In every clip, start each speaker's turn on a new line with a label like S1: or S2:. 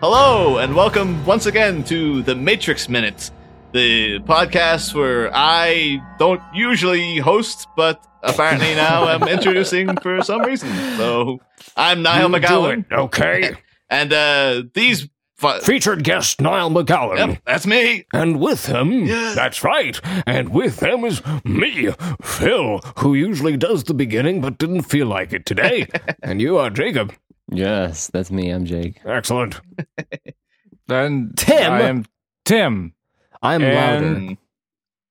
S1: Hello, and welcome once again to the Matrix Minute, the podcast where I don't usually host, but apparently now I'm introducing for some reason. So I'm Niall
S2: You do
S1: McGowan,
S2: it, Okay.
S1: and uh, these. Fu-
S2: Featured guest Niall McGowan.
S1: Yep, that's me.
S2: And with him,
S1: Yes.
S2: that's right. And with them is me, Phil, who usually does the beginning but didn't feel like it today. and you are Jacob.
S3: Yes, that's me. I'm Jake.
S2: Excellent.
S4: And
S3: Tim?
S4: I am Tim.
S3: I'm
S4: And-
S3: louder.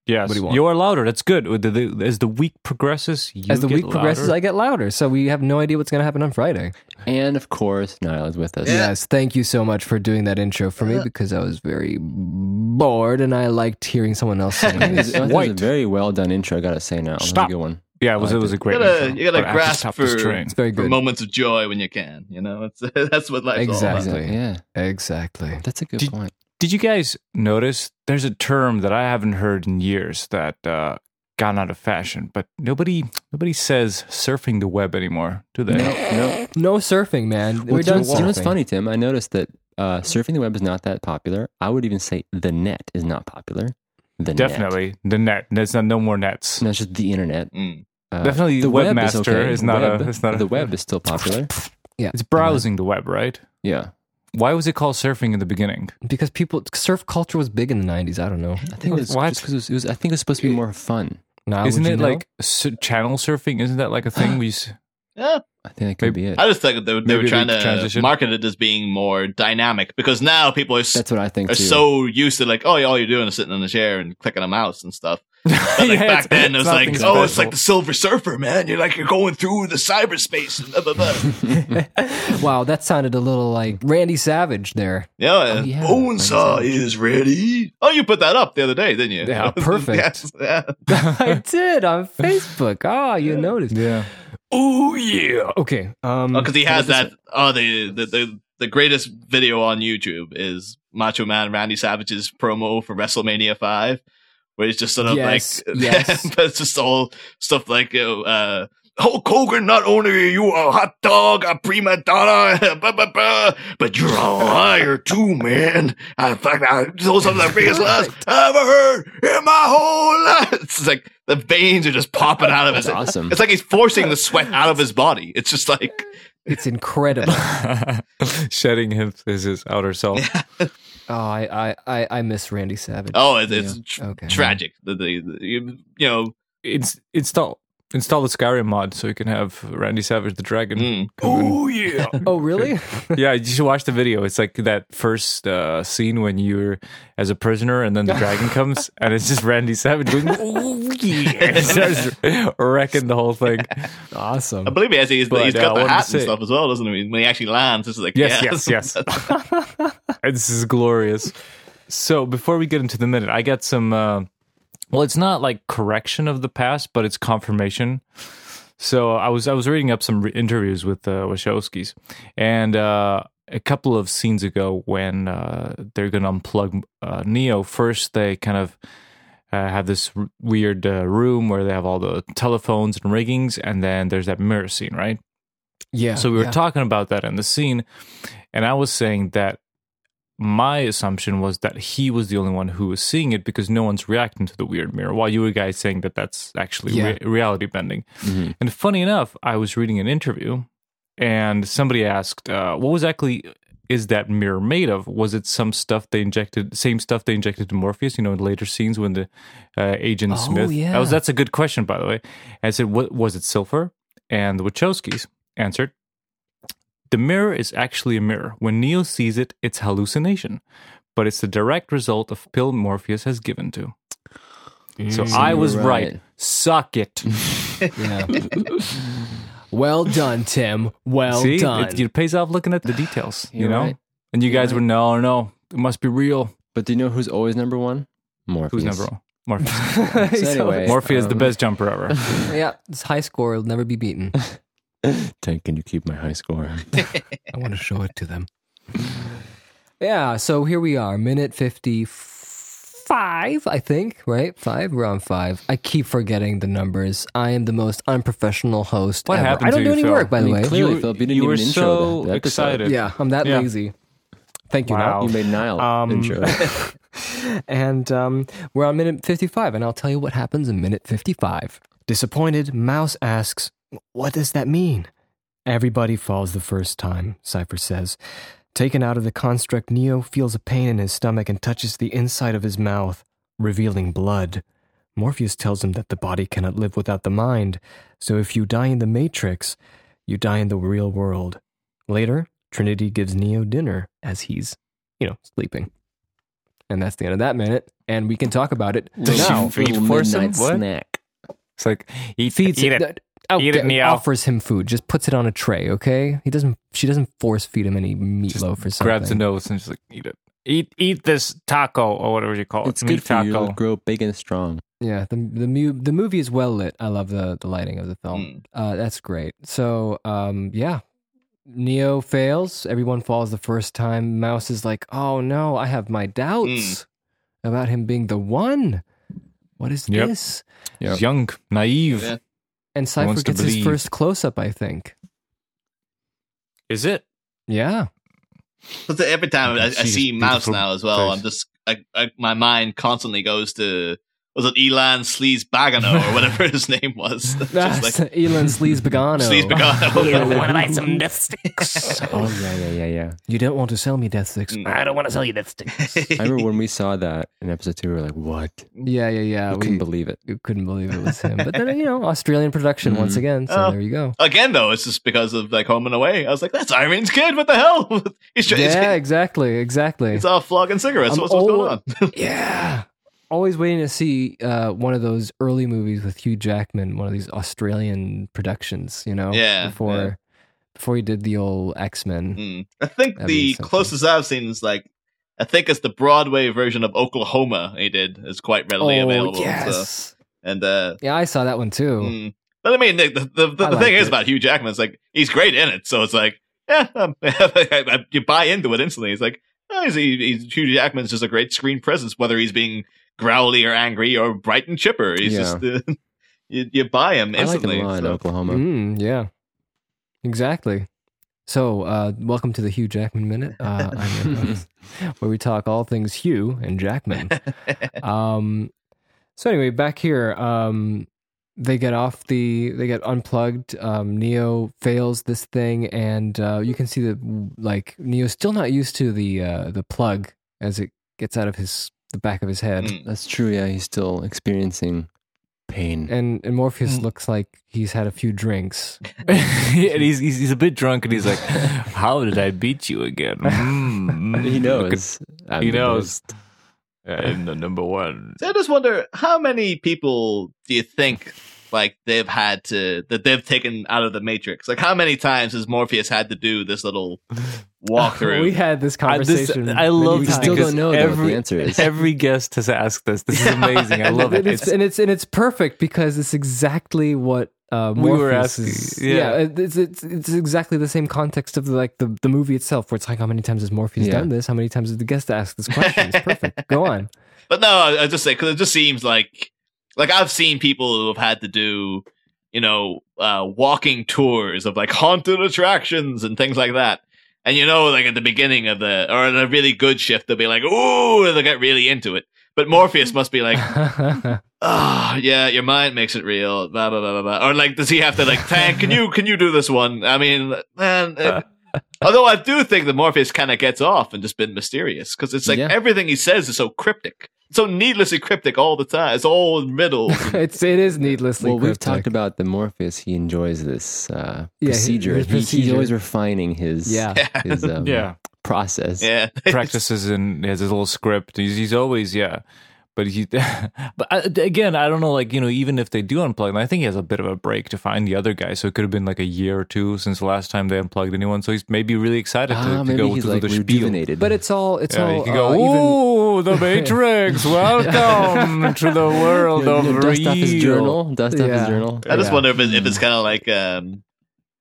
S4: Yes.
S3: What do you want?
S4: are louder. That's good. With the- the- As the week progresses, you
S5: As the
S4: get
S5: week progresses,
S4: louder.
S5: I get louder. So we have no idea what's going to happen on Friday.
S3: And of course, Niall is with us.
S5: Yes, thank you so much for doing that intro for me because I was very bored and I liked hearing someone else sing.
S3: That was-
S5: it.
S3: that was a
S4: White.
S3: very well done intro, I gotta say now. That was
S4: Stop.
S3: a good one.
S4: yeah, it was, it was a
S1: You
S4: great.
S1: gotta,
S4: intro,
S1: you gotta
S4: but I have to
S1: grasp
S4: stop
S1: for,
S4: this train.
S5: It's very
S1: for
S5: good.
S1: moments of joy when you can. You know, it's that's what life's all about.
S5: Exactly.
S3: Yeah,
S5: exactly.
S3: that's a good
S4: Did-
S3: point.
S4: Did you guys notice there's a term that I haven't heard in years that uh, gone out of fashion, but nobody nobody says surfing the web anymore, do they?
S3: No,
S5: No surfing, man.
S3: no.
S5: We're done
S3: Do you know what's
S5: surfing.
S3: funny, Tim? I noticed that uh, surfing the web is not that popular. I would even say the net is not popular. The net.
S4: Definitely the net. There's not no more nets.
S3: No, it's just the internet.
S1: Mm.
S3: Uh,
S4: Definitely
S3: the web
S4: webmaster
S3: is, okay.
S4: is not a-
S3: Web-
S4: it's not a-
S3: the web is still popular.
S4: It's browsing the web, right?
S3: Yeah,
S4: Why was it called surfing in the beginning?
S5: Because people, surf culture was big in the 90s. I don't know.
S3: I think it's
S4: What?
S3: just 'cause it was, it was. I think it was supposed to be more fun.
S5: Now,
S4: Isn't
S5: would you
S4: it
S5: know?
S4: like su- channel surfing? Isn't that like a thing we? s-
S1: Yeah,
S3: I think that could be it.
S1: I just think they, they
S4: Maybe
S1: were
S4: we
S1: trying to
S4: transition.
S1: market it as being more dynamic because now people are s-
S3: That's what I think
S1: are
S3: too.
S1: so used to like, oh, all you're doing is sitting in a chair and clicking a mouse and stuff. But like
S4: Yeah,
S1: back
S4: it's-
S1: then, it was like,
S4: nothing
S1: oh, it's
S4: special.
S1: like the Silver Surfer, man. You're like you're going through the cyberspace. And blah, blah, blah.
S5: wow, that sounded a little like Randy Savage there.
S1: yeah,
S3: yeah,
S1: Bonesaw
S3: like I said.
S1: is ready. Oh, you put that up the other day, didn't you?
S5: Yeah, perfect.
S1: Yes, yeah.
S5: I did on Facebook. Ah, you noticed.
S4: yeah.
S5: Oh, yeah. Okay. Um,
S1: because he has that. Oh, the, the the the greatest video on YouTube is Macho Man Randy Savage's promo for WrestleMania Five, where he's just sort of
S5: Yes,
S1: like,
S5: yes.
S1: but it's just all stuff like you know, uh, Hulk Hogan. Not only are you a hot dog, a prima donna, blah, blah, blah, but you're a liar too, man. In fact, I told some of the biggest lies I ever heard in my whole life. It's like the veins are just popping out of his.
S3: That's awesome.
S1: It's like he's forcing the sweat out of his body. It's just like.
S5: It's incredible.
S4: Shedding his, his, his outer self.
S5: Oh, I, I, I, I miss Randy Savage.
S1: Oh, it's, it's tr-
S5: Okay.
S1: tragic. The, the, the- you, you know,
S4: It's install install the Skyrim mod so you can have Randy Savage the Dragon.
S1: mm,
S4: Oh yeah,
S2: Mm.
S5: Oh, really?
S4: yeah. You should watch the video. It's like that first uh, scene when you're as a prisoner, and then the dragon comes, and it's just Randy Savage going, "Oh yeah," He starts wrecking the whole thing.
S5: awesome.
S1: I believe he has. He's,
S4: But,
S1: he's
S4: uh, I
S1: got the
S4: wanted
S1: hat
S4: to
S1: and
S4: say-
S1: stuff as well, doesn't he? When he actually lands, it's like
S4: Yes,
S1: yeah.
S4: yes, yes. this is glorious. So before we get into the minute, I got some. Uh, well, it's not like correction of the past, but it's confirmation. So I was I was reading up some re- interviews with uh, Wachowskis, and uh, a couple of scenes ago when uh, they're gonna unplug uh, Neo, first they kind of uh, have this r- weird uh, room where they have all the telephones and riggings, and then there's that mirror scene, right?
S5: Yeah.
S4: So we were
S5: yeah.
S4: talking about that in the scene, and I was saying that my assumption was that he was the only one who was seeing it because no one's reacting to the weird mirror. While you were guys saying that that's actually
S5: Yeah.
S4: re- reality bending.
S3: Mhm.
S4: And funny enough, I was reading an interview, and somebody asked, uh, "What was actually?" Is that mirror made of? Was it some stuff they injected, same stuff they injected to Morpheus? You know, in later scenes when the uh, Agent
S5: Oh,
S4: Smith. That was
S5: yeah.
S4: that's a good question, by the way. And I said, "What was it, silver?" And the Wachowskis answered, the mirror is actually a mirror. When Neo sees it, it's hallucination, but it's the direct result of pill Morpheus has given to. So
S5: Mm.
S4: I
S3: you
S2: Mm.
S4: was
S3: were
S4: right.
S3: right.
S4: Suck it.
S5: Yeah. well done, Tim. Well
S4: See,
S5: done.
S4: It, it pays off looking at the details, you
S3: You're
S4: know.
S3: right.
S4: And you guys were no, no, it must be real.
S3: But do you know who's always number one? Morpheus.
S4: Who's number one? Morpheus.
S3: So anyway,
S4: Morpheus, the
S3: um,
S4: best jumper ever.
S5: yeah, this high score will never be beaten.
S3: Tank, can you keep my high score?
S5: I want to show it to them. Yeah, so here we are, minute 55, I think, right? Five? We're on five. I keep forgetting the numbers. I am the most unprofessional host.
S4: What
S5: ever.
S4: happened
S5: I don't
S4: to
S5: do
S4: you,
S5: any
S4: Phil?
S5: work, by
S3: I
S5: the
S3: mean,
S5: way.
S3: clearly,
S4: You-
S3: Philip, you didn't
S4: you
S3: even
S4: were
S3: intro
S4: so
S3: the, the episode.
S4: excited.
S5: Yeah, I'm that
S4: Yeah.
S5: lazy. Thank you. Niall.
S4: Wow.
S3: You made Nile
S5: Um,
S3: intro.
S5: and um, we're on minute 55, and I'll tell you what happens in minute 55. Disappointed, Mouse asks, What does that mean? Everybody falls the first time, Cypher says. Taken out of the construct, Neo feels a pain in his stomach and touches the inside of his mouth, revealing blood. Morpheus tells him that the body cannot live without the mind, so if you die in the Matrix, you die in the real world. Later, Trinity gives Neo dinner as he's, you know, sleeping. And that's the end of that minute. And we can talk about it
S4: Does she
S5: now.
S4: feed
S3: Little
S4: force him?
S3: midnight
S4: What?
S3: snack.
S4: It's like eat,
S5: Feeds
S4: eat
S5: him-
S4: it.
S5: Oh,
S4: Eat it,
S5: d-
S4: Neo.
S5: Offers him food. Just puts it on a tray. Okay. He doesn't. She doesn't force feed him any
S4: Just
S5: meatloaf or something.
S4: grabs a nose and just like eat it. Eat eat this taco or whatever you call it.
S3: It's
S4: Meat
S3: good for you.
S4: Oh, taco.
S3: It'll grow big and strong.
S5: Yeah. The the, mu- the movie is well lit. I love the the lighting of the film.
S1: Mm.
S4: Hmm.
S5: Uh, that's great. So um, yeah. Neo fails. Everyone falls the first time. Mouse is like, "Oh no, I have my doubts about him being the one." What is
S4: Hmm. Yep.
S5: this?
S3: Yeah.
S4: Young, naive.
S1: Yeah.
S5: And Cypher
S4: wants to
S5: gets his
S4: believe.
S5: first close up, I think.
S4: Is it?
S5: Yeah.
S1: But the- every time I, I
S4: She's
S1: see Mouse
S4: beautiful
S1: now as well,
S4: face.
S1: I'm just I, I, my mind constantly goes to was it Elan Sleaze Bagano or whatever his name was. Just
S5: That's
S1: like
S5: Elon Sleaze Begano.
S1: Sleaze Bagano.
S6: want to buy some death sticks?
S3: Oh yeah, yeah, yeah, yeah.
S5: You don't want to sell me death sticks.
S1: Mm.
S6: I don't want to sell you death sticks.
S3: I remember when we saw that in episode two, we were like, "What?
S5: Yeah, yeah, yeah.
S3: I
S5: We
S3: couldn't believe it."
S5: we couldn't believe it was him. But then, you know, Australian production once
S3: Mhm.
S5: again. So
S1: Oh.
S5: there you go.
S1: Again, though, it's just because of like Home and Away. I was like, "That's Irene's kid. What the hell? He's trying,
S5: Yeah,
S1: yeah,
S5: exactly. Exactly.
S1: it's all flogging cigarettes.
S5: I'm
S1: What's, what's going on?"
S5: old. yeah. Always waiting to see uh, one of those early movies with Hugh Jackman, one of these Australian productions, you know?
S1: Yeah,
S5: Before
S1: yeah.
S5: before he did the old X Men.
S1: Mm. I think
S5: That'd be
S1: the
S5: something.
S1: closest I've seen is like I think it's the Broadway version of Oklahoma. He did is quite readily
S5: Oh,
S1: available.
S5: yes.
S1: So, and uh,
S5: Yeah, I saw that one too.
S1: mm. but I mean, the the, the, the
S5: I like
S1: thing is
S5: it.
S1: about Hugh Jackman is like he's great in it. So it's like yeah, um, you buy into it instantly. It's like oh, he's, he's Hugh Jackman's just a great screen presence, whether he's being growly or angry or bright and chipper. He's
S3: Yeah.
S1: just uh, you, you buy him
S3: I liked him a
S1: instantly.
S3: lot in
S1: so.
S3: Oklahoma.
S4: Hmm?
S5: Mm, yeah, exactly. So, uh, welcome to the Hugh Jackman Minute. Uh, I'm your host, where we talk all things Hugh and Jackman. Um, so anyway, back here, um, they get off the, they get unplugged. Um, Neo fails this thing, and uh, you can see that like Neo's still not used to the uh, the plug as it gets out of his the back of his head.
S1: Mm.
S3: That's true. Yeah, he's still experiencing pain.
S5: And, and Morpheus
S4: Mm.
S5: looks like he's had a few drinks.
S4: and he's, he's he's a bit drunk and he's like, "How did I beat you again?" Mm,
S3: he
S4: mm, look
S3: knows.
S4: at-
S3: I'm
S4: He
S3: the
S4: knows.
S3: best.
S4: I'm the number one.
S1: So I just wonder how many people do you think like they've had to that they've taken out of the Matrix? Like how many times has Morpheus had to do this little walkthrough?
S5: we had this
S4: I, this,
S5: conversation.
S4: I love
S5: many
S4: this
S5: times.
S3: Still
S4: because
S3: don't know though what the
S4: every,
S3: answer is.
S4: Every guest has asked this. This is amazing. I love it.
S5: And it's,
S4: It's-
S5: and it's and it's perfect because it's exactly what uh,
S4: We were
S5: Morpheus is-
S4: asking, yeah.
S5: it's, it's it's exactly the same context of like the, the movie itself, where it's like, how many times has Morpheus
S3: Yeah.
S5: done this? How many times did the guest ask this question? It's perfect. Go on.
S1: But no, I I just say because it just seems like like I've seen people who have had to do you know uh, walking tours of like haunted attractions and things like that. And you know, like at the beginning of the or in a really good shift, they'll be like, "Ooh," and they'll get really into it. But Morpheus must be like, oh yeah your mind makes it real blah blah blah blah blah or like does he have to like tank can you can you do this one i mean man uh, although i do think that morpheus kind of gets off and just been mysterious because it's like
S3: Yeah.
S1: everything he says is so cryptic so needlessly cryptic all the time it's all riddles
S5: it's it is needlessly.
S3: Well, we've
S5: cryptic.
S3: talked about the Morpheus. He enjoys this uh,
S5: Yeah, his-
S3: procedure.
S5: his
S3: He- He's
S5: procedure.
S3: always refining his
S5: Yeah.
S3: his um,
S4: yeah,
S3: process.
S1: yeah
S4: practices and has his little script. He's, he's always yeah. But he, but I, again, I don't know. Like you know, even if they do unplug, and I think he has a bit of a break to find the other guy. So it could have been like a year or two since the last time they unplugged anyone. So he's maybe really excited to,
S3: Ah,
S4: to
S3: maybe
S4: go
S3: he's
S4: through
S3: like
S4: the spiel.
S3: rejuvenated.
S5: But it's all it's
S4: Yeah,
S5: all
S4: you can go,
S5: uh, even-
S4: Ooh, the Matrix, welcome to the world
S3: He'll-
S4: of
S3: he'll dust off his
S4: real."
S3: journal. Dust off
S5: Yeah.
S3: his journal.
S1: i just
S5: Yeah.
S1: wonder if, it, if
S4: Hmm.
S1: it's kind of like um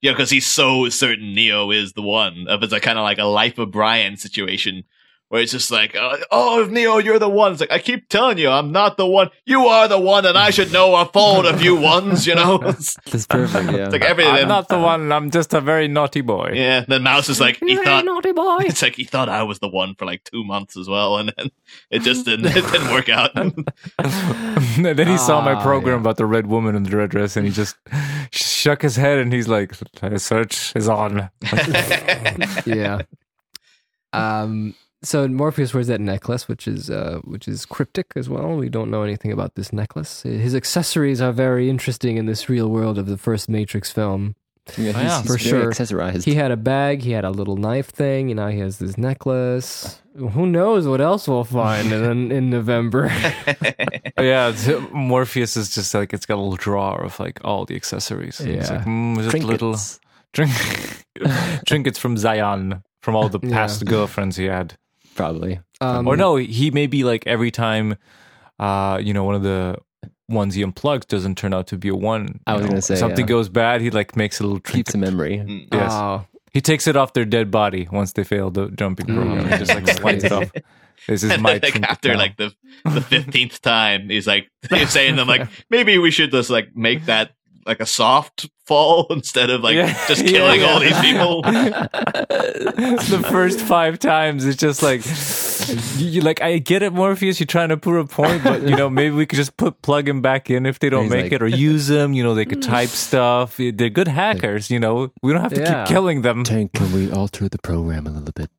S1: yeah because he's so certain neo is the one if it's a kind of like a life of brian situation where it's just like, uh, oh, Neo, you're the one. It's like, I keep telling you, I'm not the one. You are the one, and I should know. I followed a few ones, you know? It's
S3: That's perfect. Yeah.
S1: like everything.
S4: I'm not the one. I'm just a very naughty boy.
S1: yeah, then Mouse is like, he thought.
S6: naughty boy.
S1: It's like he thought I was the one for like two months as well, and then it just didn't, it didn't work out.
S4: And then he saw my
S5: Ah,
S4: program about the red woman in the red dress, and he just shook his head, and he's like, "The "Search is on."
S5: yeah. Um. So Morpheus wears that necklace, which is uh, which is cryptic as well. We don't know anything about this necklace. His accessories are very interesting in this real world of the first Matrix film.
S3: yeah,
S4: yeah,
S3: he's,
S5: for
S3: he's very
S5: sure.
S3: accessorized.
S5: He had a bag. He had a little knife thing. You know, he has this necklace. Who knows what else we'll find in, in November?
S4: yeah, t- Morpheus is just like it's got a little drawer of like all the accessories. And it's
S5: Yeah.
S4: like mm, just little
S3: Trinkets.
S4: trink- trinkets from Zion, from all the
S5: Yeah.
S4: past girlfriends he had.
S3: probably.
S5: Um,
S4: or no, he may be like every time, uh, you know, one of the ones he unplugs doesn't turn out to be a one.
S3: I
S4: you
S3: was
S4: know,
S3: gonna say, yeah.
S4: something goes bad. He like makes a little
S3: Keeps
S4: trinket.
S3: a memory.
S4: Yes.
S5: Oh,
S4: he takes it off their dead body once they fail the jumping program. He just like slides it off. This
S1: Mm-hmm.
S4: is
S1: And
S4: my
S1: then, like
S4: trinket
S1: after
S4: now.
S1: like the the fifteenth time, he's like he's saying them like maybe we should just like make that like a soft fall instead of like
S4: Yeah.
S1: just
S4: Yeah,
S1: killing
S4: yeah.
S1: all these people.
S4: the first five times it's just like you you- like I get it, Morpheus. You're trying to prove a point, but you know maybe we could just put plug him back in if they don't
S3: He's
S4: make
S3: like-
S4: it or use them. You know they could type stuff. They're good hackers. You know we don't have to
S5: Yeah.
S4: keep killing them.
S3: Tank, can we alter the program a little bit?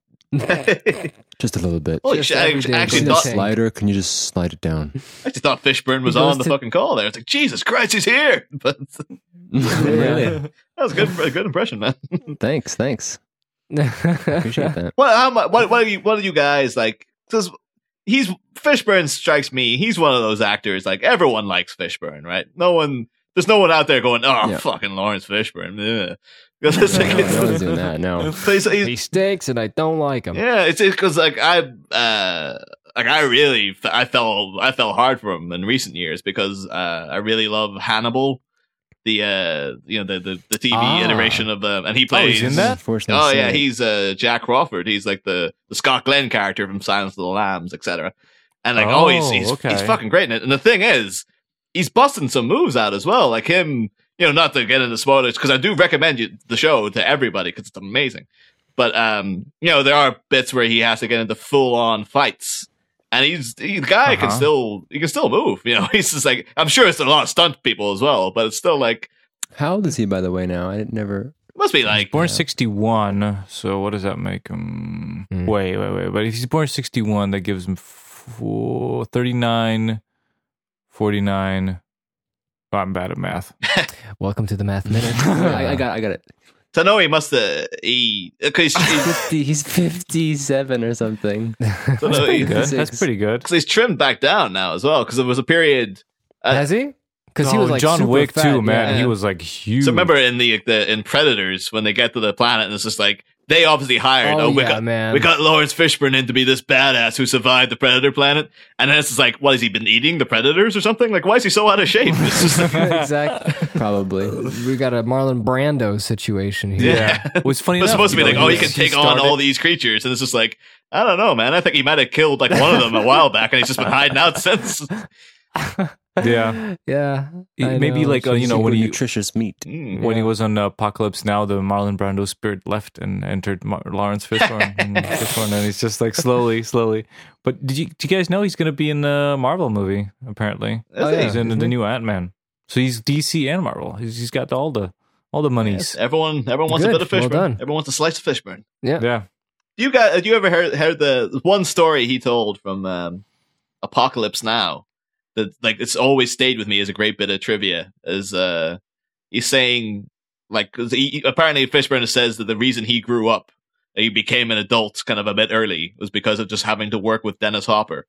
S3: Just a little bit.
S1: Holy
S5: Just
S1: shit! I
S5: every
S1: actually,
S5: day
S1: I
S3: Is
S1: actually
S5: goes
S3: it a
S1: thought
S5: insane.
S3: slider? Can you just slide it down?
S1: I actually thought Fishburne was
S5: He goes
S1: on the
S5: to-
S1: fucking call there. It's like Jesus Christ, he's here! But that
S3: really?
S1: was good, a good impression, man.
S3: Thanks, thanks. Appreciate that.
S1: What? How much? What? What are you? What are you guys like? Because he's Fishburne strikes me. He's one of those actors. Like everyone likes Fishburne, right? No one. There's no one out there going, "Oh,
S3: Yeah.
S1: fucking Lawrence Fishburne." ugh." 'Cause it's like-
S3: No,
S1: it's-
S3: no one's doing that. No.
S1: so he's- he's-
S5: he stinks, and I don't like him.
S1: yeah, it's because like I, uh, like I really, f- I fell, I fell hard for him in recent years because uh, I really love Hannibal, the uh, you know the the, the TV
S4: Ah.
S1: iteration of the, and he
S4: Oh,
S1: plays
S4: he's in that?
S3: Unfortunately,
S1: Oh yeah,
S3: seen it.
S1: he's uh, Jack Crawford. He's like the, the Scott Glenn character from Silence of the Lambs, etc. And like, oh, he's
S4: Oh,
S1: he's,
S4: okay.
S1: he's fucking great in it. And the thing is, he's busting some moves out as well. Like him, you know, not to get into spoilers because I do recommend you, the show to everybody because it's amazing. But um, you know, there are bits where he has to get into full on fights. And he's he, the guy can
S4: Uh-huh.
S1: still he can still move, you know. He's just like I'm sure it's a lot of stunt people as well, but it's still like
S3: How old is he, by the way? Now I didn't- never.
S1: must be like
S4: born 61 so what does that make him
S5: Hmm.
S4: wait wait wait but if he's born 61 that gives him four, 39 49 Oh, i'm bad at math
S5: Welcome to the math minute.
S3: I, I got, I got it.
S1: so I know he must have he because
S3: Fifty. He's fifty-seven or something.
S1: So no,
S4: pretty
S1: he-
S4: good. that's
S3: Six.
S4: pretty good
S1: Because he's trimmed back down now as well. Because there was a period. Uh,
S5: Has he? Because he
S4: No,
S5: was like
S4: Oh, john
S5: super
S4: wick
S5: fat,
S4: too man
S5: yeah.
S4: he was like huge
S1: So remember in the, the in Predators when they get to the planet and it's just like they obviously hired. Oh,
S5: Oh,
S1: we
S5: yeah,
S1: got
S5: man.
S1: we got Lawrence Fishburne in to be this badass who survived the Predator planet. And then it's just like, what has he been eating the Predators or something? Like, why is he so out of shape? It's just like,
S5: exactly.
S3: Probably.
S5: We got a Marlon Brando situation here.
S4: yeah it was funny
S1: It was
S4: enough,
S1: supposed to be
S4: you
S1: like,
S4: know,
S1: oh, he
S4: he
S1: can
S4: was-
S1: take
S4: he
S1: on all
S4: started-
S1: these creatures, and it's just like, I don't know, man. I think he might have killed like one of them a while back, and he's just been hiding out since.
S4: yeah
S5: Yeah. I
S4: maybe
S5: know.
S4: like uh, you know
S3: Super
S4: when he
S3: nutritious meat.
S1: Mm.
S4: when he was on Apocalypse Now, the Marlon Brando spirit left and entered Mar- Lawrence Fishburne, and Fishburne, and he's just like slowly, slowly. But did you do you guys know he's going to be in a Marvel movie? Apparently,
S1: Is
S5: Oh, yeah.
S4: he's in
S3: Mm-hmm.
S4: the new Ant Man, so he's DC and Marvel. He's, he's got all the all the monies.
S1: Everyone, everyone wants a
S5: Good.
S1: bit of
S5: Well
S1: Fishburne.
S5: done.
S1: everyone wants a slice of Fishburne.
S4: Yeah,
S1: You got? Have you ever heard heard the one story he told from um, Apocalypse Now? That like it's always stayed with me as a great bit of trivia. Is uh, he's saying like 'cause he, he- apparently Fishburne says that the reason he grew up, he became an adult kind of a bit early, was because of just having to work with Dennis Hopper.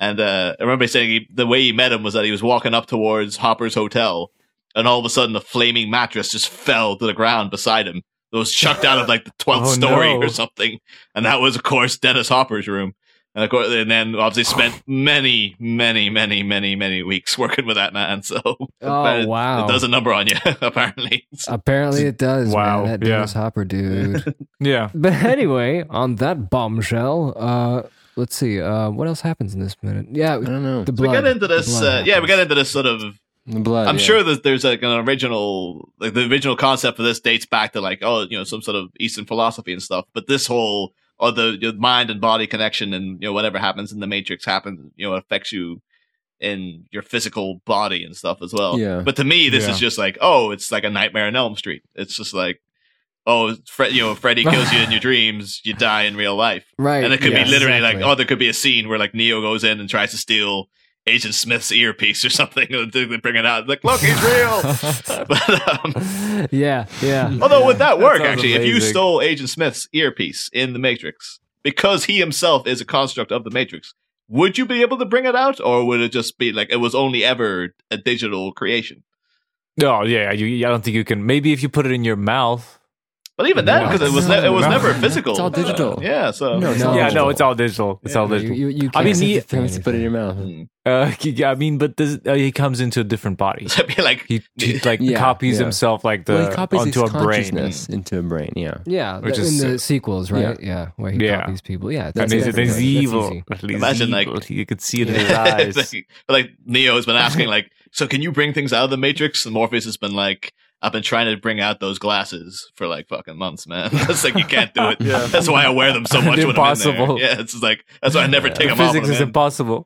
S1: And uh, I remember saying he, the way he met him was that he was walking up towards Hopper's hotel, and all of a sudden a flaming mattress just fell to the ground beside him. It was chucked out of like the twelfth
S4: Oh,
S1: story
S4: no.
S1: or something and that was of course Dennis Hopper's room. And of course, and then obviously spent many, many, many, many, many weeks working with that man. So
S7: Oh
S1: it,
S7: wow!
S1: it does a number on you, apparently. So-
S7: Apparently, it does.
S4: Wow,
S7: Wow, that
S4: yeah.
S7: Dennis Hopper dude.
S4: Yeah.
S7: but anyway, on that bombshell, uh, let's see. Uh, what else happens in this minute? Yeah,
S3: I don't know.
S7: the
S3: The,
S7: blood.
S1: we get into this.
S7: blood
S1: Uh, yeah, we
S7: happens.
S1: get into this sort of
S3: blood.
S1: I'm
S3: yeah.
S1: sure that there's like an original, like the original concept for this dates back to like, oh, you know, some sort of Eastern philosophy and stuff. But this whole, or the your mind and body connection and, you know, whatever happens in the matrix happens, you know, affects you in your physical body and stuff as well.
S3: Yeah.
S1: But to me, this
S4: Yeah.
S1: is just like, oh, it's like a nightmare in Elm Street. It's just like, oh, Fred, you know, Freddy kills you in your dreams, you die in real life.
S7: right.
S1: And it could
S7: yes,
S1: be literally like,
S7: exactly.
S1: oh, there could be a scene where like Neo goes in and tries to steal Agent Smith's earpiece or something. And they they bring it out, like, look, he's real. but, um,
S7: yeah, yeah.
S1: although would that work
S4: sounds
S1: actually? If you
S4: amazing.
S1: stole Agent Smith's earpiece in the Matrix, because he himself is a construct of the Matrix, would you be able to bring it out, or would it just be like it was only ever a digital creation?
S4: No, Oh, yeah, you, I don't think you can. Maybe if you put it in your mouth.
S1: But even then, because it was ne- it was
S4: No.
S1: never physical.
S3: It's all digital.
S1: Yeah. So
S3: No, it's all
S4: yeah,
S3: digital.
S4: no, it's all digital. It's all
S7: You,
S4: digital.
S7: you, you can't
S4: I mean, the-
S7: fit
S3: Famous to put it in your mouth.
S1: Hmm.
S4: Uh, yeah, I mean, but this, uh, he comes into a different body.
S1: So it'd be like
S4: He, he like
S3: Yeah,
S4: copies
S3: yeah.
S4: himself like the
S3: well, he copies
S4: onto
S3: his
S4: a brain.
S3: consciousness into a brain. Yeah.
S7: Yeah,
S4: Which
S7: the-
S4: is
S7: in the
S4: sick.
S7: sequels, right? Yeah, where he
S4: Yeah.
S7: copies people. Yeah,
S4: And
S7: that's,
S4: he's,
S7: that's,
S4: he's
S7: that's
S4: evil.
S7: easy.
S4: He's
S1: Imagine, like-
S4: evil. you could see it in his eyes.
S1: like, but, like Neo has been asking, like, so can you bring things out of the Matrix? And Morpheus has been like, I've been trying to bring out those glasses for like fucking months, man. It's like you can't do it.
S4: Yeah.
S1: That's why I wear them so much. When I'm in
S4: Impossible.
S1: there. Yeah, it's just like that's why I never take
S4: The
S1: them off.
S4: physics
S1: When
S4: is
S1: I'm in.
S4: impossible.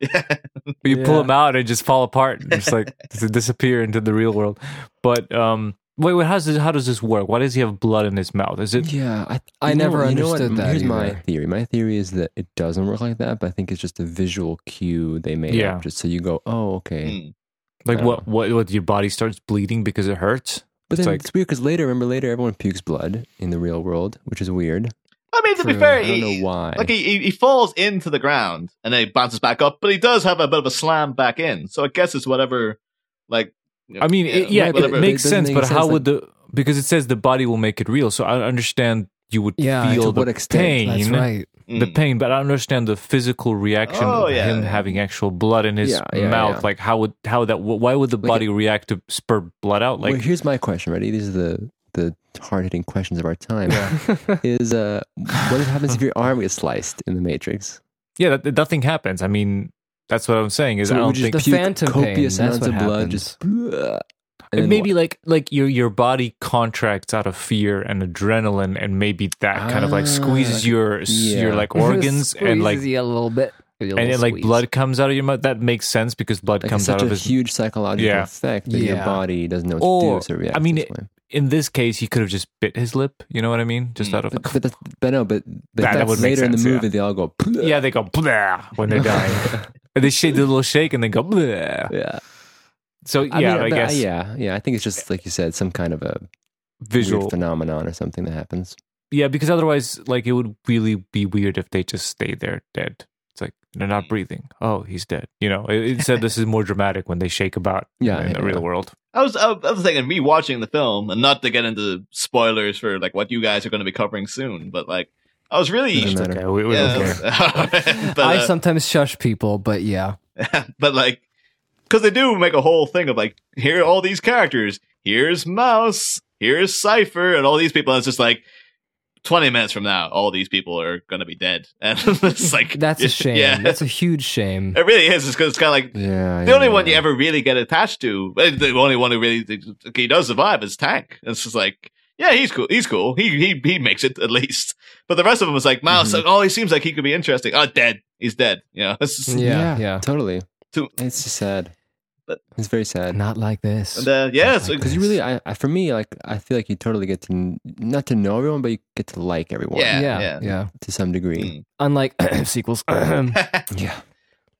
S4: You pull
S7: Yeah.
S4: them out and just fall apart. And just like to disappear into the real world. But um, wait, wait. How does this, how does this work? Why does he have blood in his mouth? Is it?
S3: Yeah, I,
S7: I
S3: you know-
S7: never
S3: you know what?
S7: understood that
S3: Here's my
S7: either.
S3: theory. My theory is that it doesn't work like that, but I think it's just a visual cue they made
S4: Yeah.
S3: up just so you go, oh, okay.
S1: Mm.
S4: Like
S3: I
S4: what? What? What? Your body starts bleeding because it hurts.
S3: But
S4: It's
S3: then
S4: like-
S3: it's weird because later, remember later, everyone pukes blood in the real world, which is weird.
S1: I mean, to be
S7: True.
S1: fair,
S3: I don't know
S1: he-
S3: why.
S1: Like he, he he falls into the ground and then he bounces back up, but he does have a bit of a slam back in. So I guess it's whatever. Like, you know,
S4: I mean, it, yeah,
S3: right, but
S4: it,
S3: it- it
S4: makes
S3: doesn't
S4: sense.
S3: make
S4: But how
S3: sense,
S4: would the? Because it says the body will make it real. So I understand you would
S7: Yeah, to
S4: feel
S3: uh, what
S4: the
S3: extent,
S4: pain.
S7: That's right.
S1: mm.
S4: the pain, but I don't understand the physical reaction
S1: Oh,
S4: of
S1: yeah.
S4: him having actual blood in his
S3: Yeah, yeah,
S4: mouth.
S3: yeah.
S4: Like how would how would that why would the
S3: Like
S4: body react to spur blood out?
S3: Like,
S4: Like
S3: here's my question. Ready? These are the the hard hitting questions of our time. is uh, what happens if your arm gets sliced in the Matrix?
S4: yeah, that, nothing happens. I mean, that's what I'm saying is
S3: So
S4: I
S3: it would
S4: don't
S3: just
S4: think
S7: The
S3: Puke
S7: phantom pain.
S3: copious
S7: that's
S3: amounts
S7: what
S3: of blood
S7: happens.
S3: just. And
S4: and
S3: then
S4: maybe like like your your body contracts out of fear and adrenaline, and maybe that kind of like
S3: Ah,
S4: squeezes your your
S3: yeah.
S4: like organs and like
S7: Squeezes you a little bit. A
S4: and
S7: little
S4: then like
S7: squeeze.
S4: blood comes out of your mouth. That makes sense because blood
S3: like
S4: comes
S3: such
S4: out
S3: a
S4: of his
S3: huge psychological
S4: Yeah.
S3: effect that
S7: Yeah.
S3: your body doesn't know what
S4: Or,
S3: to do. So it reacts
S4: I mean,
S3: this
S4: it-
S3: way.
S4: In this case, he could have just bit his lip. You know what I mean?
S1: Mm.
S4: Just out of
S3: But, but, that's- but no, but, but
S4: That- that
S3: that's
S4: would make
S3: later in the
S4: sense, yeah.
S3: movie they all go.
S4: Yeah, they go blah when they die. and they shake the little shake and they go blah.
S3: yeah.
S4: So
S3: I
S4: yeah, I,
S3: mean, but, uh,
S4: guess
S3: yeah, yeah. I think it's just like you said, some kind of a
S4: visual.
S3: weird phenomenon or something that happens.
S4: Yeah, because otherwise, like it would really be weird if they just stay there dead. It's like they're not breathing. Oh, he's dead. You know. It, it said this is more dramatic when they shake about.
S3: Yeah,
S4: in the
S3: yeah,
S4: real
S3: yeah.
S4: world.
S1: I was, I was thinking, rewatching the film, and not to get into spoilers for like what you guys are going to be covering soon, but like I was really,
S3: Doesn't
S4: It's
S3: matter.
S4: okay. We, we
S1: yeah,
S4: don't care.
S1: but,
S7: I
S1: uh,
S7: sometimes shush people, but yeah.
S1: but like, because they do make a whole thing of like, here are all these characters. Here's Mouse. Here's Cipher, and all these people. And it's just like. 20 minutes from now, all these people are going to be dead. And it's like,
S7: That's a shame.
S1: Yeah.
S7: That's a huge shame.
S1: it really is. It's, 'cause it's kind of like
S3: Yeah.
S1: the only one you ever really get attached to, uh, the only one who really he does survive is Tank. It's just like, yeah, he's cool. He's cool. He he he makes it at least. But the rest of them is like Mouse.
S3: Mhm.
S7: Mm-hmm.
S1: Like, oh, he seems like he could be interesting. Oh, dead. He's dead. You know. It's just-
S7: Yeah,
S3: Yeah,
S7: yeah.
S3: Totally.
S1: To-
S3: It's just sad.
S1: But-
S3: it's very sad.
S7: Not like this.
S1: and, uh, yeah. So,
S3: Because you really, I, I, for me, like I feel like you totally get to n- not to know everyone, but you get to like everyone
S1: Yeah,
S7: yeah,
S1: yeah.
S7: yeah.
S3: to some degree.
S7: Unlike sequels.
S3: Yeah.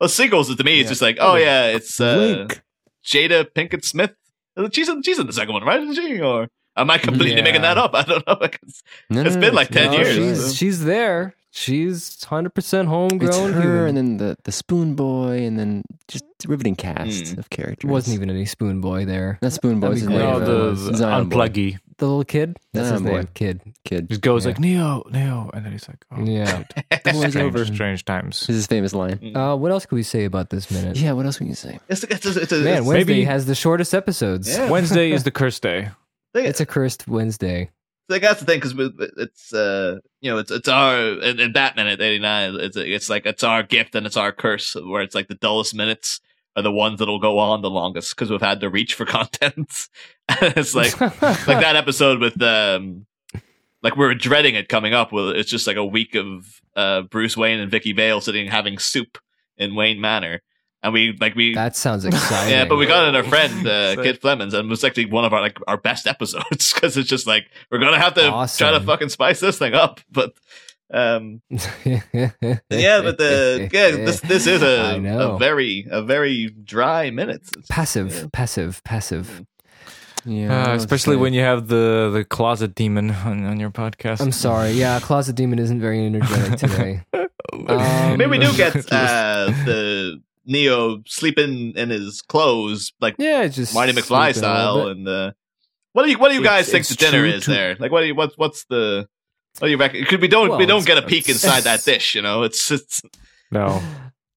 S1: well, sequels to me, it's
S7: Yeah.
S1: just like, oh yeah, it's uh,
S3: Link.
S1: Jada Pinkett Smith. Uh, She's in, she's in the second one, right? Isn't she? Or am I completely
S7: Yeah.
S1: making that up? I don't know.
S3: No,
S1: it's
S3: no,
S1: been
S3: no,
S1: like
S3: it's-
S1: 10
S7: No,
S1: years.
S7: She's, she's there.
S5: She's hundred percent homegrown.
S3: It's her
S5: human.
S3: and then the, the spoon boy and then just riveting cast of characters.
S7: Wasn't even any spoon boy there.
S3: Not spoon boy.
S7: That'd
S3: what's
S7: be
S3: his
S7: great.
S3: name?
S4: No, the, the
S3: uh, Zion boy.
S4: unpluggy
S7: The little kid. That's his
S3: Zion boy.
S7: name. Kid.
S3: kid.
S4: just goes like Neo, Neo, and then he's like, oh,
S7: Yeah.
S3: The boy's
S4: strange,
S3: over.
S4: strange times.
S3: This is his famous line.
S7: uh, what else could we say about this
S5: Mm.
S7: minute?
S3: Yeah. What else can you say?
S1: It's, it's, it's, it's,
S7: Man,
S1: it's,
S7: Wednesday
S4: maybe-
S7: has the shortest episodes.
S1: Yeah.
S4: Wednesday is the curse day.
S1: they-
S7: It's a cursed Wedday.
S1: like that's the thing because it's uh you know it's it's our in, in Batman at eighty nine it's it's like it's our gift and it's our curse where it's like the dullest minutes are the ones that'll go on the longest because we've had to reach for content. it's like like that episode with um like we were dreading it coming up with it's just like a week of uh Bruce Wayne and Vicky Vale sitting and having soup in Wayne Manor and we like we
S7: That sounds exciting.
S1: yeah, but we got in our friend uh,
S4: So-
S1: Kid Flemons, and it was actually one of our like our best episodes because it's just like we're gonna have to try to
S7: Awesome.
S1: fucking spice this thing up. But um, yeah, but the yeah, this this is
S7: I
S1: a,
S7: know.
S1: a very a very dry minute. It's-
S7: passive,
S1: yeah.
S7: passive, passive.
S3: Yeah. oh,
S4: uh, especially when you have the the closet demon on, on your podcast.
S7: I'm sorry. Yeah, Closet Demon isn't very energetic today. Um,
S1: Maybe we do get uh, the Neo sleeping in his clothes, like
S7: Yeah, it's just
S1: Marty McFly
S7: sleeping a little
S1: style.
S7: bit.
S1: And uh, what do you what do you
S4: It's-
S1: guys think
S4: it's
S1: the dinner
S4: true
S1: is
S4: to-
S1: there? Like, what do you what what's the what do you reckon? Because we don't
S7: Well,
S1: we don't
S7: it's-
S1: get a peek
S7: it's-
S1: inside that dish, you know. It's it's
S4: No,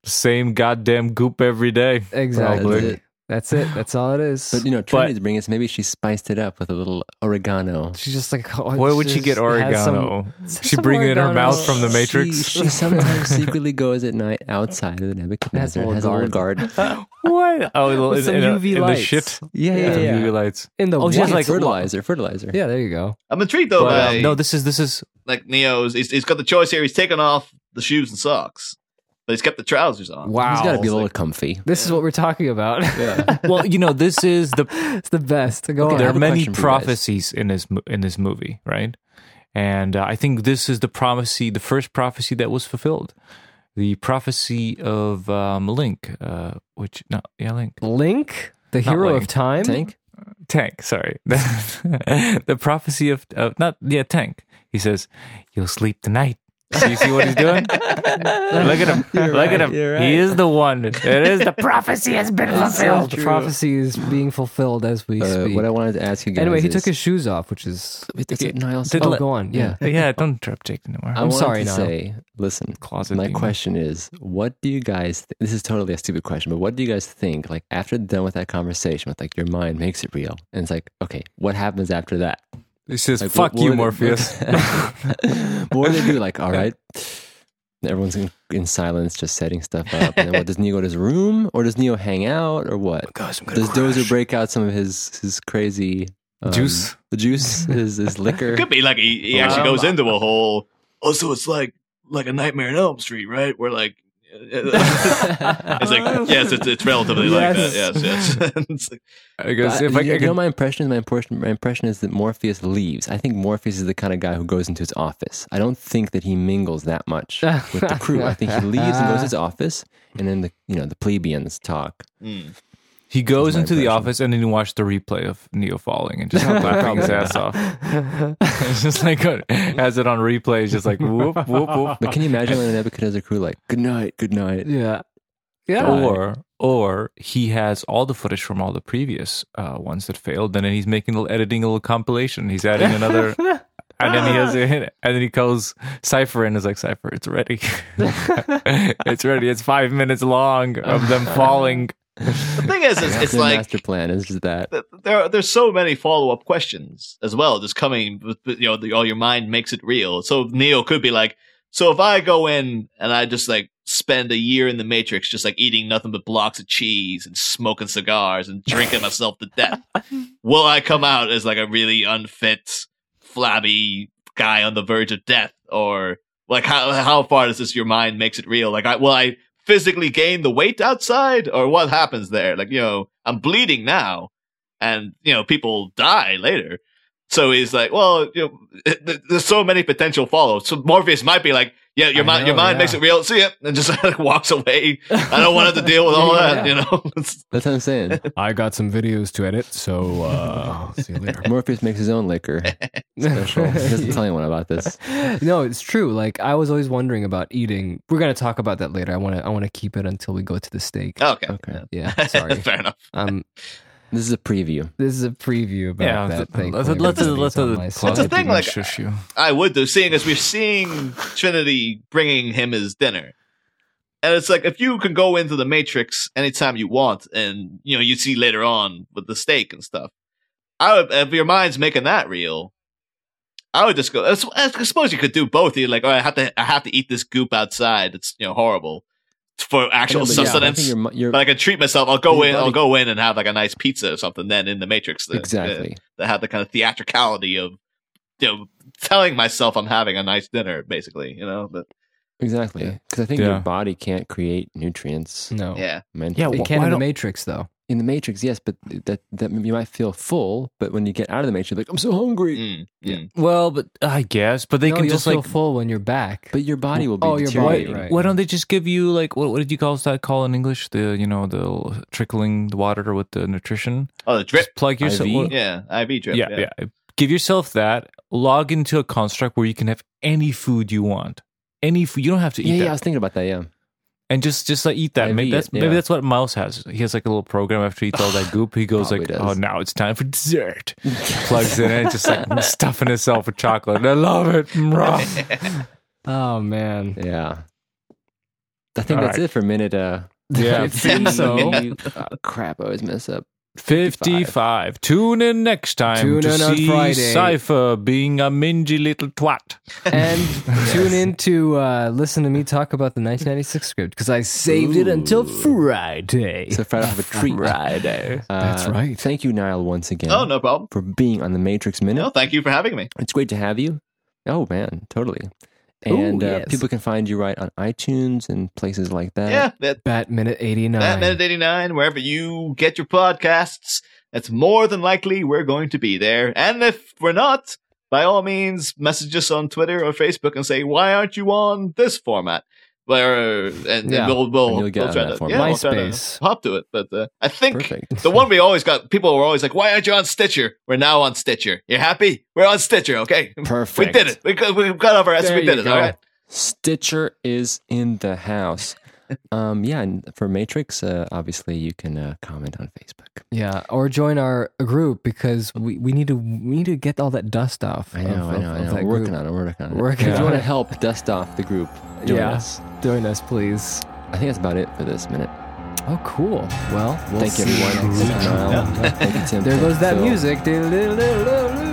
S4: same goddamn goop every day.
S7: Exactly.
S4: Probably.
S7: That's it. That's it. That's all it is.
S3: But you know, trying to bring us. Maybe she spiced it up with a little oregano.
S7: she's just like, oh,
S4: Where would she get
S7: just has some-
S4: oregano?
S7: some
S4: She bring it in her
S7: oregano.
S4: mouth from the Matrix.
S3: Oh, She, she sometimes secretely goes at night outside of the Nebuchadnezzar.
S7: little
S3: Has a little garden.
S4: what? Oh,
S7: With
S4: in,
S7: some
S4: in a-
S7: UV
S4: in the
S7: lights.
S4: shit.
S3: Yeah,
S4: With
S3: yeah,
S4: the
S3: yeah.
S4: UV lights.
S7: in the
S4: Oh, she
S7: water.
S4: has like
S3: fertilizer, fertilizer.
S7: Yeah, there you go.
S1: I'm intrigued though
S4: But,
S1: by
S4: um, no, this is this is
S1: like Neo's. He's, he's got the choice here. He's taken off the shoes and socks, but he's kept the trousers on.
S7: Wow.
S3: He's got to
S7: Wow.
S3: be a little comfy.
S7: This is what we're talking about.
S4: well, you know, this is the
S7: it's the best. Go
S3: Okay,
S7: on.
S4: there
S3: I
S4: are
S3: have a
S4: many
S3: question for you guys.
S4: prophecies in this mo- in this movie, right? And uh, I think this is the prophecy, the first prophecy that was fulfilled, the prophecy of um, Link, uh, which no, yeah, Link,
S7: Link, the hero
S4: Link.
S7: of time.
S3: Tank.
S4: Tank. Sorry, the prophecy of uh, not yeah, Tank. He says, "You'll sleep tonight." So you see what he's doing? Look at him! Look at him! He is the one. It is the prophecy has been
S7: Well,
S4: fulfilled.
S7: the prophecy is being fulfilled as we
S3: Uh,
S7: speak.
S3: what I wanted to ask you guys.
S7: anyway, he
S3: is-
S7: took his shoes off, which is
S3: Wait, that's it, Niall.
S4: Did
S7: oh,
S4: let-
S7: go on. Yeah,
S4: Yeah, don't interrupt Jake anymore.
S3: I
S7: I'm
S3: wanted
S7: sorry,
S3: to
S7: Niall.
S3: say, listen,
S4: Closet
S3: Um, my
S4: demon.
S3: question is, what do you guys? Th- this is totally a stupid question, but what do you guys think? Like after done with that conversation, with like your mind makes it real, and it's like, okay, what happens after that?
S4: He says,
S3: Like,
S4: "Fuck
S3: what-
S4: you,
S3: what do they-
S4: Morpheus."
S3: but what do they do? Like, all right, everyone's in, in silence, just setting stuff up. And then what does Neo go to his room, or does Neo hang out, or what?
S4: Guys, Oh I'm gonna
S3: Does
S4: crash.
S3: Dozer break out some of his his crazy um,
S4: Juice?
S3: The juice is his liquor.
S1: Could be like he, he actually
S4: Um,
S1: goes into a whole. Also, Oh, it's like like a Nightmare on Elm Street, right? Where like. it's like yes, it's, it's relatively like that. Yes, yes. It's like-
S4: I guess
S3: I-
S4: if I,
S3: Uh, you
S4: I
S3: know
S4: could,
S3: my impression is my impression my impression is that Morpheus leaves. I think Morpheus is the kind of guy who goes into his office. I don't think that he mingles that much with the crew. I think he leaves and goes to his office, and then the you know the plebeians talk.
S1: mm.
S4: he goes
S3: my
S4: into the
S3: impression.
S4: office and then you watch the replay of Neo falling and just clapping his ass off. it's just like uh, has it on replay. It's just like whoop whoop whoop.
S3: But can
S1: Uh,
S3: you imagine when the Nebuchadnezzar crew like good night, good night?
S7: yeah, yeah.
S5: Oh,
S3: God.
S4: Or or he has all the footage from all the previous uh, ones that failed, and then he's making a little editing a little compilation. He's adding another. And then he has a hit, and then he calls Cipher and is like, "Cipher, it's ready, it's ready. It's five minutes long of them falling."
S1: The thing is, is
S3: That's
S1: it's
S3: their
S1: like
S3: master plan is just that.
S1: th- there are, there's so many follow up questions as well. Just coming, with, with, you know, the, all your mind makes it real. So Neo could be like, so if I go in and I just like spend a year in the Matrix, just like eating nothing but blocks of cheese and smoking cigars and drinking myself to death, will I come out as like a really unfit, flabby guy on the verge of death, or like how how far does this your mind makes it real? Like, I, will I physically gain the weight outside, or what happens there? Like, you know, I'm bleeding now, and you know people die later. So he's like, well, you know, th- th- there's so many potential follows. So Morpheus might be like, Yeah, your
S4: I
S1: mind, your
S4: know,
S1: mind makes
S4: yeah.
S1: it real. See it, and just like, walks away. I don't want to have to deal with all that. You know, It's-
S3: That's what I'm saying.
S5: I got some videos to edit, so uh, see you later.
S3: Morpheus makes his own liquor. Special. He doesn't tell anyone about this.
S5: no, it's true. Like I was always wondering about eating. We're gonna talk about that later. I want to. I want to keep it until we go to the steak.
S7: Oh,
S1: okay.
S3: Okay.
S5: Yeah, sorry.
S1: Fair enough.
S5: um,
S3: This is a preview.
S5: this is a preview about
S4: Yeah,
S5: that
S4: let-
S5: thing.
S4: let-
S5: when
S4: let the-
S5: everybody's
S4: let the
S5: on my
S4: plot
S5: side.
S1: That's the thing, like-
S4: shush you.
S1: I would though, seeing as we're seeing Trinity bringing him his dinner, and it's like if you can go into the Matrix anytime you want, and you know you see later on with the steak and stuff. I would, if your mind's making that real, I would just go. I sup- I suppose you could do both. You're like, oh, I have to, I have to eat this goop outside. It's you know horrible for
S3: I know,
S1: actual
S3: but yeah, but I
S1: sustenance.
S3: think your mi- your-
S1: but I can treat myself. I'll go
S3: Your
S1: in. I'll
S3: body-
S1: go in and have like a nice pizza or something. Then in the Matrix, that-
S3: exactly.
S1: that have the kind of theatricality of you know telling myself I'm having a nice dinner, basically. You know, but
S3: Exactly.
S1: Yeah. Mm.
S3: Because I think
S4: Yeah.
S3: your body can't create nutrients.
S5: no.
S1: yeah,
S3: mentally.
S4: Yeah,
S5: It
S4: wh-
S5: can
S4: why
S5: in the
S4: don't-
S5: Matrix though.
S3: In the Matrix, yes, but that that you might feel full, but when you get out of the Matrix, you're like I'm so hungry.
S1: mm,
S3: Yeah.
S1: mm.
S4: Well, but I guess, but they
S5: no,
S4: can
S5: you'll
S4: just
S5: feel
S4: like
S5: full when you're back.
S3: But your
S1: Mm.
S3: body will be
S5: Oh, your body,
S3: deteriorating.
S5: right.
S4: Why don't they just give you like what, what did you call that call in English? The you know the trickling the water with the nutrition.
S1: Oh, the drip.
S4: Just plug yourself.
S3: IV?
S4: well,
S1: Yeah, IV drip.
S4: yeah, yeah, Give yourself that. Log into a construct where you can have any food you want. Any food you don't have to eat
S3: Yeah,
S4: that,
S3: yeah, I was thinking about that. Yeah,
S4: and just just like eat that.
S3: IV
S4: Maybe that's
S3: it, yeah.
S4: maybe that's what Mouse has. He has like a little program after he eats all that goop. He goes like,
S3: Probably
S4: "Oh,
S3: does.
S4: now it's time for dessert." Plugs in and just like stuffing himself with chocolate. I love it. Mwah.
S5: oh man.
S3: yeah. I think
S4: All
S3: that's
S4: right.
S3: it for a minute. Uh,
S4: Yeah,
S1: It seems
S5: so.
S3: Oh, crap, I always mess up.
S4: 55. Tune in next time
S5: Tune
S4: to
S5: in on
S4: see
S5: Friday.
S4: Cypher being a mingy little twat.
S5: And tune in to uh, listen to me talk about the 1996 script because I saved it until Friday.
S3: So Friday, have a treat.
S5: Friday.
S3: Uh,
S5: That's right.
S3: Thank you, Niall, once again.
S1: Oh, no problem.
S3: For being on the Matrix Minute.
S1: No, thank you for having me.
S3: It's great to have you. Oh man, totally.
S5: Ooh,
S3: And uh,
S5: yes.
S3: people can find you right on iTunes and places like that.
S1: yeah, that
S5: Bat Minute 89.
S1: that minute eighty nine, wherever you get your podcasts, that's more than likely we're going to be there. And if we're not, by all means, message us on Twitter or Facebook and say why aren't you on this format? Where uh, and, and
S5: Yeah,
S1: we'll we'll,
S3: and you'll get
S1: we'll
S3: on
S1: try
S3: that
S1: to
S3: format.
S1: yeah, we'll try to
S5: MySpace.
S1: hop to it. But uh, I think
S3: Perfect.
S1: The one we always got, people were always like, why aren't you on Stitcher? We're now on Stitcher. You happy? We're on Stitcher, okay? We
S3: Perfect.
S1: did it. We got, we got off our ass.
S5: There
S1: We did
S5: you
S1: it,
S5: go.
S1: all right?
S3: Stitcher is in the house. Um, yeah, and for Matrix, uh, obviously you can uh, comment on Facebook.
S5: Yeah, or join our group because we, we need to we need to get all that dust off.
S3: I know, I
S5: of-
S3: know,
S5: of-
S3: I
S5: of
S3: know.
S5: that
S3: We're working
S5: group.
S3: on it. We're working on it.
S5: Working
S3: if
S5: on
S3: you want
S5: it.
S3: to help dust off the group, join
S5: Yeah.
S3: us.
S5: Join us, please.
S3: I think that's about it for this minute.
S5: Oh, cool. Well, we'll
S3: Thank you,
S5: see
S3: everyone.
S5: next time.
S3: Thank you, Tim.
S5: There
S3: Thank
S5: goes
S3: you,
S5: that
S3: Phil.
S5: music.